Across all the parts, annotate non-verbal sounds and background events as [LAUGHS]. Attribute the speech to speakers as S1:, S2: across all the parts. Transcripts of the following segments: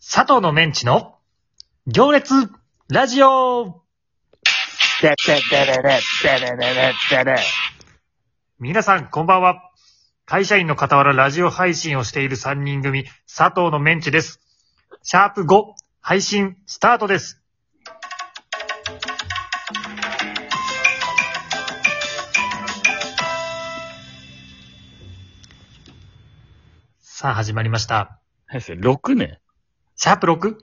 S1: 佐藤のメンチの行列ラジオ
S2: てってってれれ、てれれれってれ。
S1: 皆さんこんばんは。会社員の傍らラジオ配信をしている3人組、佐藤のメンチです。シャープ5、配信スタートです。さあ始まりました。
S2: 何それ、6ね。
S1: シャープ 6?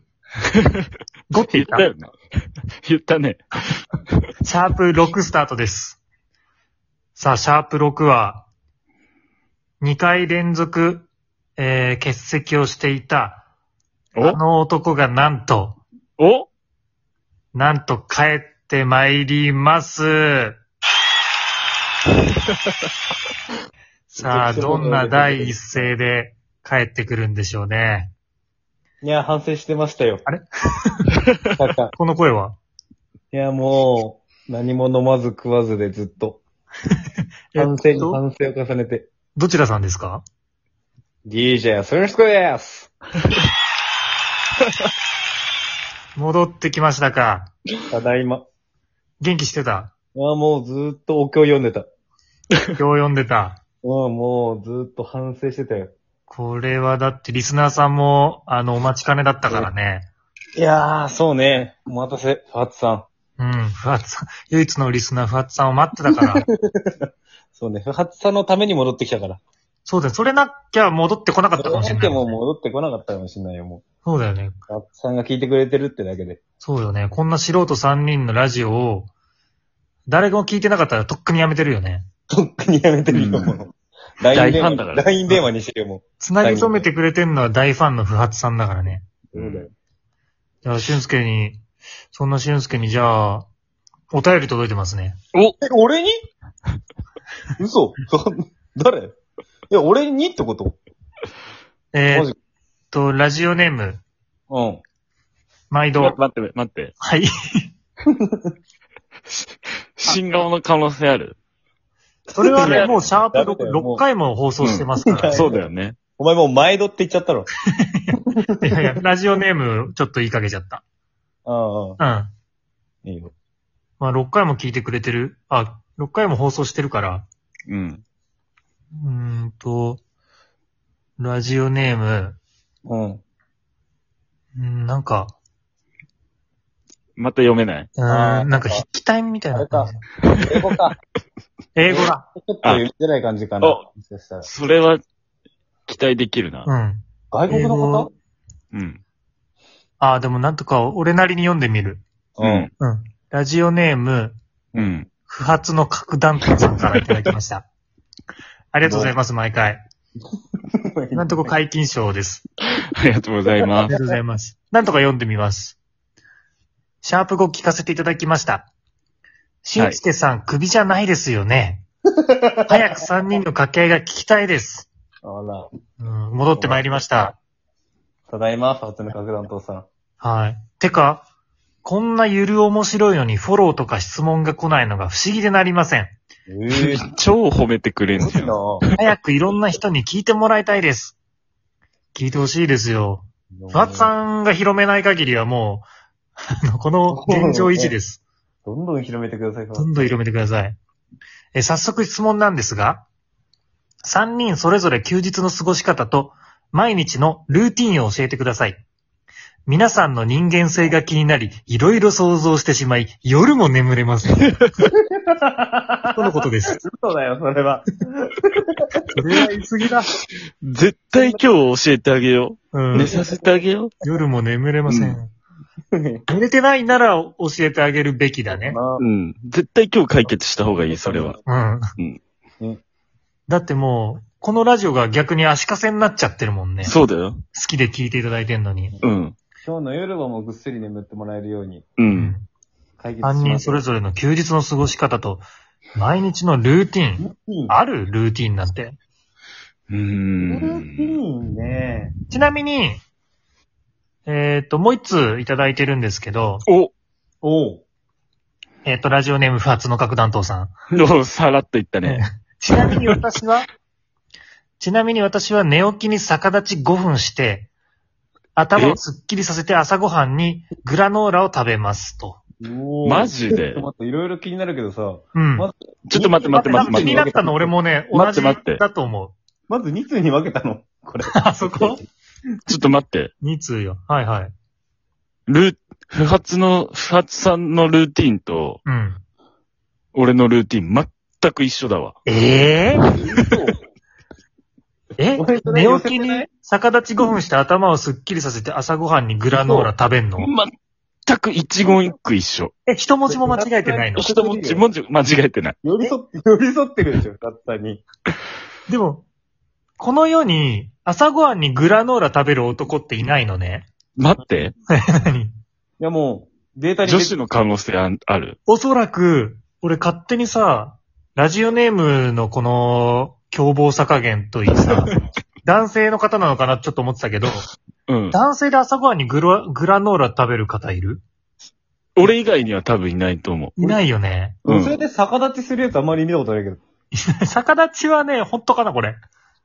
S1: 5って言
S2: 言
S1: っ
S2: ったたよね。 [LAUGHS] 言ったね。
S1: シャープ6スタートです。さあ、シャープ6は、2回連続、えー欠席をしていた、あの男がなんと、
S2: おお
S1: なんと帰ってまいります。さあ、どんな第一声で帰ってくるんでしょうね。
S3: いや、反省してましたよ。
S1: あれ
S3: [LAUGHS] なんか、
S1: この声はい
S3: や、もう、何も飲まず食わずでずっと。
S1: えっ
S3: 反省に
S1: と
S3: 反省を重ねて。
S1: どちらさんですか
S3: DJ、ソヨシコです
S1: 戻ってきましたか
S3: ただいま。
S1: 元気してた
S3: あもうずーっとお経読んでた。うん、
S1: 今日読んでた
S3: もうずーっと反省してたよ。
S1: これはだってリスナーさんも、あの、お待ちかねだったからね。
S3: いやー、そうね。お待たせ、ファッツさん。
S1: うん、ふわっさん、唯一のリスナーふわっさんを待ってた [LAUGHS] から。
S3: そうね、ファッツさんのために戻ってきたから。
S1: そうだよ、それなきゃ戻ってこなかったかもしれな
S3: で
S1: い。
S3: も戻ってこなかったかもしれないよ、も
S1: そうだよね
S3: う。。ファッツさんが聞いてくれてるってだけで。 [LAUGHS]
S1: そうよね。こんな素人3人のラジオを、誰も聞いてなかったらとっくにやめてるよね。
S3: とっくにやめてるよ、
S2: うん
S3: もう。LINE
S2: 大
S3: 電
S2: ファンだから
S3: 話、LINE 電話にしてよ、も
S1: 繋ぎ止めてくれてんのは大ファンの不発さんだからね。
S3: う。
S2: うんそうだよ。
S1: じゃあ、俊介に、そんな俊介に、じゃあ、お便り届いてますね。
S3: え、俺 [LAUGHS] に嘘 [LAUGHS] そ誰いや、俺にってこと
S1: え
S3: マ
S1: ー、
S3: ジ
S1: っと、ラジオネーム、
S3: うん。
S1: 毎
S2: 待
S1: 度。
S2: って、待って。
S1: はい。
S2: 新顔の可能性ある
S1: それはね、
S2: や
S1: もうシャープ
S3: ダメだ
S1: 6,
S3: よもう
S1: 回も放送してますから、
S2: そうだよね。
S3: お前もう毎度って言っちゃったろ。
S1: いやいや、ラジオネームちょっと言いかけちゃった。
S3: うんう
S1: うん。
S3: ん。いいよ。
S1: まあ6回も聞いてくれてる。あ、6回も放送してるから。
S2: うん。
S1: うーんと、ラジオネーム、
S3: うん。
S1: うんなんか、
S2: また読めない。
S1: う
S3: あ
S1: ー
S3: ー
S1: んなんか筆記体みたい
S3: あ
S1: な
S3: れか
S1: 感じ。
S3: 英語か。
S1: 英語だ。
S3: ちょっと読みづらい感じかな。
S2: あ
S3: もしかしたら
S2: それは、期待できるな
S1: う。ん。
S3: 外国の方
S2: うん。
S1: あー、でもなんとか俺なりに読んでみる。
S2: う。ん。
S1: うん。ラジオネーム、
S2: うん。
S1: 不発の核弾頭さんからいただきました。ありがとうございます、毎回。なんとか解禁賞です。
S2: ありがとうござい
S1: あ
S2: ま
S1: りが
S2: す。
S1: とうございます。なんとか読んでみます。シャープ5聞かせていただきました。しんすけさん、クビじゃないですよね。
S2: [LAUGHS]
S1: 早く3人の掛け合いが聞きたいです。
S3: あら。
S1: うん、戻ってまいりました。
S3: ただいま、初音核弾頭さん。
S1: はい。てか、こんなゆる面白いのにフォローとか質問が来ないのが不思議でなりません。
S3: ええ。す
S2: 超褒めてくれん
S3: ご
S2: じゃ
S3: い
S2: ん。
S3: な
S2: も
S1: 早くいろんな人に聞いてもらいたいです。聞いてほしいですよ。ふわっ
S3: ん。
S1: さんが広めない限りはもう、あのこの現状維持です。
S3: どんどん広めてください、ふわっ
S1: どんどん広めてください。え、早速質問なんですが、3人それぞれ休日の過ごし方と毎日のルーティンを教えてください。皆さんの人間性が気になり、いろいろ想像してしまい、夜も眠れません。とのことです。
S3: 嘘だよ、それは。
S1: それは言い過ぎだ。
S2: 絶対今日教えてあげよ
S1: う
S2: う。寝
S1: ん。
S2: させてあげよ
S1: 夜も眠れません。寝れてないなら教えてあげるべきだね。
S3: まあ
S2: う。うん。絶対今日解決した方がいい、それは。。
S1: うん。
S3: うん
S1: だってもう、このラジオが逆に足かせになっちゃってるもんね。好
S2: そうだよ。
S1: きで聞いていただいてんのに。
S2: うん。
S3: 今日の夜はもうぐっすり眠ってもらえるように
S2: うん。
S3: 解決しま
S1: 3人
S3: す。
S1: それぞれの休日の過ごし方と、毎日のルーティン。
S3: いい
S1: あるルーティンなんて。
S2: う
S3: ルーティ
S2: ん。
S3: ーンね。
S1: ちなみに、えっ、と、もう一通いただいてるんですけど、
S2: お
S3: おう。
S1: えっ、と、ラジオネーム不発の核弾頭さん。
S2: おさらっといったね。
S1: ちなみに私は、ちなみに私は寝起きに逆立ち5分して、頭をすっきりさせて朝ごはんにグラノーラを食べますと。
S3: マ
S4: マジで
S3: ちょっと待って、いろいろ気になるけどさ、
S1: うん。
S3: まず
S4: ちょっと待って待って待って
S1: 気
S4: 待
S1: に
S4: っ
S1: な
S4: て。
S1: ったの俺もね、同
S4: 待って
S1: じ
S4: 待って
S1: だと思う。
S3: まず2通に分けたの。これ。
S1: あそこ
S4: ちょっと待って。
S1: ?2 通よ。はいはい。
S4: ルー、不発の、不発さんのルーティンと、
S1: うん。
S4: 俺のルーティン全く一緒だわ。
S1: えええ
S3: 俺それ
S1: 寝
S3: 寄
S1: 起
S3: せ
S1: き
S3: て
S1: に
S3: ない
S1: 逆立ち5分して頭をすっきりさせて朝ごはんにグラノーラ食べんの
S4: 全く一言一句一緒。
S1: え、一文字も間違えてないの
S4: 一文字、文字間違えてない。
S3: 寄り添って、寄り添ってるでしょ、たったに。
S1: でも、この世に朝ごはんにグラノーラ食べる男っていないの
S3: [LAUGHS]
S1: ね。
S4: 待って。
S1: 何
S3: いやもう、データに
S4: 女子の可能性あある。
S1: おそらく、俺勝手にさ、ラジオネームのこの、凶暴さ加減といい
S3: [LAUGHS]
S1: さ、男性の方なのかなってちょっと思ってたけど、
S4: うん。
S1: 男性で朝ごはんにグラグラノーラ食べる方いる
S4: 俺以外には多分いないと思
S1: いないよね。
S4: う。う
S3: それ
S4: ん。
S3: で逆立ちするやつあんまり見たことないけど。
S1: 逆立ちはね、本当かな、これ。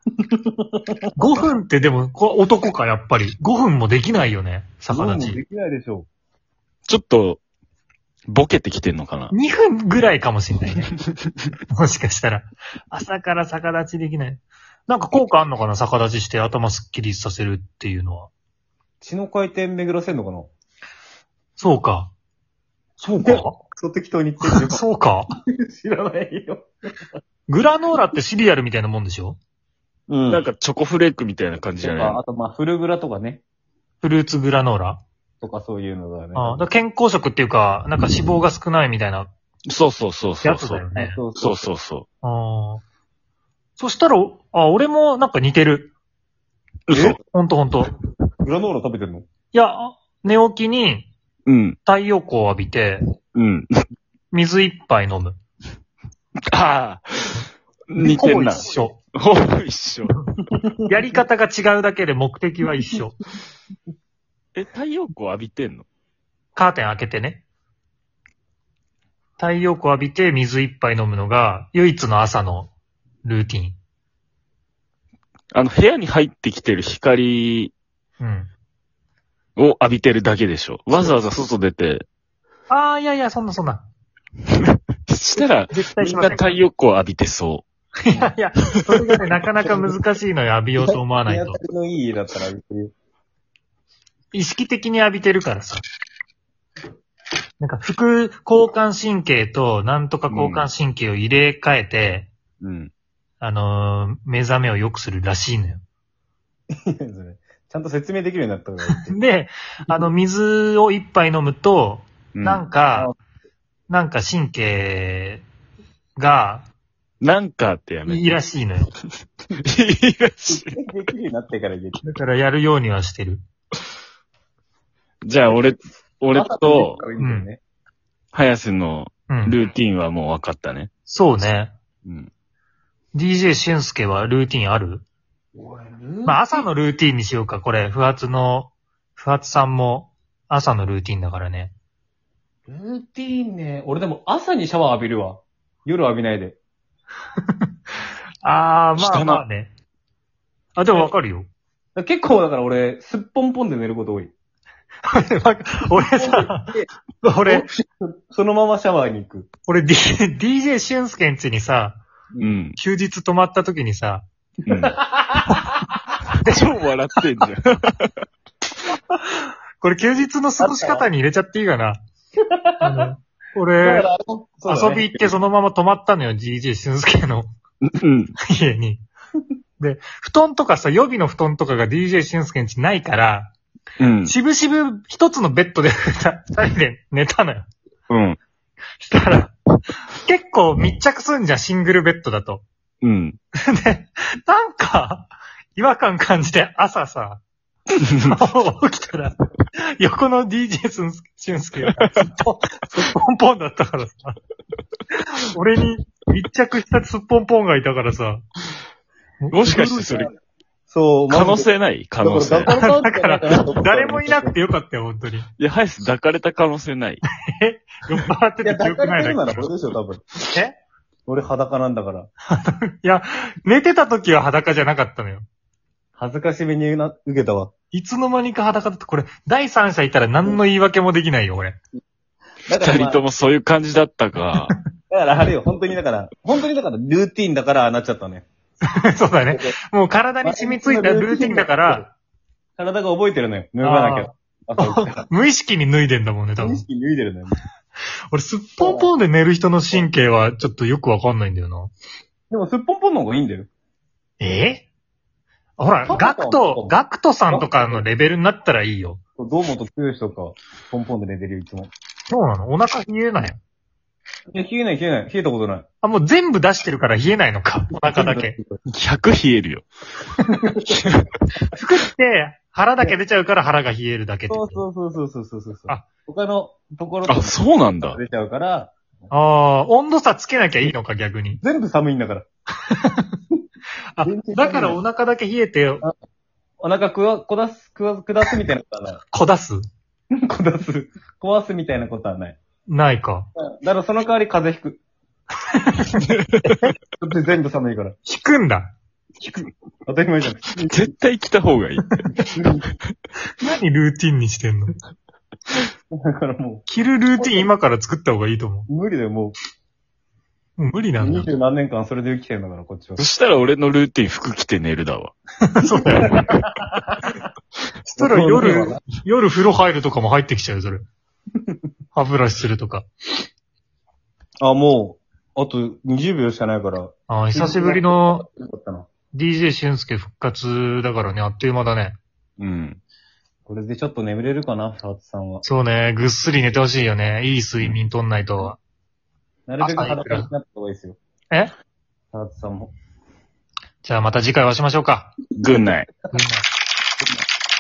S1: 5分ってでも、これ男か、やっぱり。5分もできないよね、逆立
S3: もう
S1: ち。
S3: できないでしょ。
S4: ちょっと、ボケてきてんのかな。
S1: 2分ぐらいかもしんないね。もしかしたら。朝から逆立ちできない。なんか効果あんのかな逆立ちして頭すっきりさせるっていうのは。
S3: 血の回転巡らせんのかな
S1: そうか。そう
S3: か
S1: か
S3: そう適当に言ってる
S1: そうか。
S3: [LAUGHS] 知らないよ。
S1: グラノーラってシリアルみたいなもんでしょ
S3: うん。
S4: なんかチョコフレークみたいな感じじゃ
S3: と
S4: ない
S3: か、あとまあ、フルグラとかね。
S1: フルーツグラノーラ。
S3: とかそういうのだね。
S1: ああだから健康食っていうか、なんか脂肪が少ないみたいな
S4: そうそうそうそ
S1: や
S4: う
S1: つ
S4: そ
S1: だ
S4: う。
S1: よね。
S3: そう
S4: そ
S3: そうう。
S4: そうそ
S1: ああ。そしたら、あ、俺もなんか似てる。
S4: う。嘘
S3: え
S1: ほんとほんと。
S3: グラノーラ食べてんの
S1: いや、寝起きに
S4: うん。
S1: 太陽光を浴びて、
S4: うん。
S1: 水一杯飲む。
S4: ああ。似てんな
S1: ほぼ。一緒。
S4: ほぼ一緒。
S1: やり方が違うだけで目的は一緒。
S4: え、太陽光浴びてんの
S1: カーテン開けてね。太陽光浴びて水一杯飲むのが唯一の朝のルーティン。
S4: あの、部屋に入ってきてる光
S1: うん。
S4: を浴びてるだけでしょ。わざわざ外出て、
S1: ああ、いやいや、そんなそんな。
S4: したら、
S1: 絶対
S4: み
S1: し
S4: ん
S1: ませ。
S4: なん太陽光浴びてそ
S1: [LAUGHS] いやいや、それがね、なかなか難しいのよ、浴びようと思わないと
S3: 日。当たりのいい家だったら浴びてるよ、
S1: 意識的に浴びてるからさ。なんか、副交感神経となんとか交感神経を入れ替えて、
S4: う。うん。
S1: あのー目覚めを良くするらしいのよ。
S3: [LAUGHS] それちゃんと説明できるようになったから言って。
S1: で、あの、水を一杯飲むと、なんか、なんか神経が
S4: なんかってやめて。
S1: いいらしいのよ。
S4: いいらしい。
S3: 説明できるようになってから言って。
S1: だからやるようにはしてる。
S4: じゃあ、俺、俺と、
S3: 朝飲んでるからいいんだよね
S4: 早瀬の
S1: うん。
S4: ルーティンはもう分かったね。
S1: そうね。
S4: うん。
S1: DJ 俊介はルーティンある
S3: おいルー
S1: まあ朝のルーティンにしようか、これ。不発の、不発さんも朝のルーティンだからね。
S3: ルーティーンね。俺でも朝にシャワー浴びるわ。夜浴びないで。
S1: あー、ま
S4: 汚
S1: あ
S4: い
S1: まあね。あ、でもわかるよ。 [LAUGHS]
S3: だから結構だから俺、すっぽんぽんで寝ること多い。
S1: 俺さ、俺、
S3: そのままシャワーに行く。
S1: 俺 D- DJ 俊介んちにさ、
S4: うん。
S1: 休日泊まった時にさ、
S4: うん、超笑ってんじゃん。
S1: これ休日の過ごし方に入れちゃっていいかな。あの
S3: だ
S1: 俺
S3: か、ら [LAUGHS] そうだね
S1: 遊び行ってそのまま泊まったのよ、DJ 俊介の。 [LAUGHS]
S4: うん。
S1: 家に。で、布団とかさ、予備の布団とかが DJ 俊介んちないから、
S4: うん。
S1: しぶしぶ一つのベッドで二人で寝たのよ。
S4: うん。
S1: したら、結構密着すんじゃん、シングルベッドだと。
S4: うん。
S1: で、なんか、違和感感じて朝さ、起きたら、横の DJ 俊介俊介がずっとすっぽんぽんだったからさ、俺に密着したすっぽんぽんがいたからさ、
S4: もしかしてそれ、
S3: そう、
S4: 可能性ない可能性。
S3: だから
S1: [LAUGHS] 誰もいなく
S3: て。
S1: てよかったよ、本当に。
S4: いや、ハイス抱かれた可能性ない。
S1: 酔っ払って
S3: いや、
S1: て
S3: 抱
S1: 強
S3: か
S1: くな
S3: れ
S1: い
S3: てるな
S1: だ
S3: ら
S1: け
S3: 俺でしょ、多分。
S1: え
S3: 俺裸なんだから。
S1: いや、寝てた時は裸じゃなかったのよ。
S3: 恥ずかしめにな受けたわ。
S1: いつの間にか裸だって、これ、第三者いたら何の言い訳もできないよ、俺。
S3: だから、
S4: 二人
S3: まあ、
S4: ともそういう感じだったか。
S3: だからあれよ、本当にだから、本当にだから、ルーティンだから、ああなっちゃったね。
S1: [LAUGHS] そうだね。もう体に染み付いたルーティンだから、
S3: 体が覚えてるのよ。脱がなきゃ。朝起きた
S1: 無意識に脱いでんだもんね、多
S3: ら無意
S1: 分。
S3: 識に脱いでるのよ。
S1: 俺、すっぽんぽんで寝る人の神経は、ちょっとよくわかんないんだよな。
S3: でも、すっぽんぽんの方がいいんだよ。
S1: えーほら、
S3: パ
S1: ガ
S3: パと
S1: クト、ガクトさんとかのレベルになったらいいよ。
S3: 堂本剛とか、ポンポンで寝てるよ、いつも。
S1: そうなのお腹冷えない。
S3: いや、冷えない、冷えない。冷えたことない。
S1: あ、もう全部出してるから冷えないのか。お腹だけ。。
S4: 100冷えるよ。
S1: 服って、腹だけ出ちゃうから腹が冷えるだけって
S3: そ
S1: こ
S3: う
S1: と
S3: そうそうそうそうそうそう。
S1: あ
S3: 他のところと
S4: あ、そうなんだ。
S3: 出ちゃうから、
S1: ああ、温度差つけなきゃいいのか、逆に。
S3: 全部寒いんだから。
S1: あ
S3: 全然、
S1: だからお腹だけ冷えて、
S3: お腹くわ、こだす、くわ、くだすみたいなことはな
S1: こだす
S3: [LAUGHS] い。こだす、壊すみたいなことはない。
S1: ないか。
S3: だからその代わり風邪ひ [LAUGHS] く。だって全部寒いから。
S1: 引くんだ。
S3: 当たり前じゃん。
S4: 絶対来た方がいい。
S1: 何ルーティンにしてんの
S3: だからも
S1: 着るルーティン今から作った方がいいと思
S3: う、無理だよ、も
S1: う。もう無理
S3: う。
S1: なん
S3: 二
S1: だ。
S3: 十何年間それで生きてるんだから、こっちは
S4: そ。したら俺のルーティン服着て寝るだわ。
S1: [LAUGHS] そうだよね。そしたら夜、夜風呂入るとかも入ってきちゃうよ、それ。歯ブラシするとか。
S3: あ、もう、あと20秒しかないから。
S1: ああ、久しぶりの
S3: よかったな。
S1: DJ 俊介復活だからね、あっという間だね。
S4: うん。
S3: これでちょっと眠れるかな、ファーツさんは。
S1: そうね、ぐっすり寝てほしいよね。いい睡眠とんないと。
S3: なるべく
S1: 朝い
S3: 裸
S1: くら
S3: になった方がいいですよ。
S1: え
S3: ファーツさんも。
S1: じゃあまた次回はしましょうか。
S4: ぐんない。
S1: みんな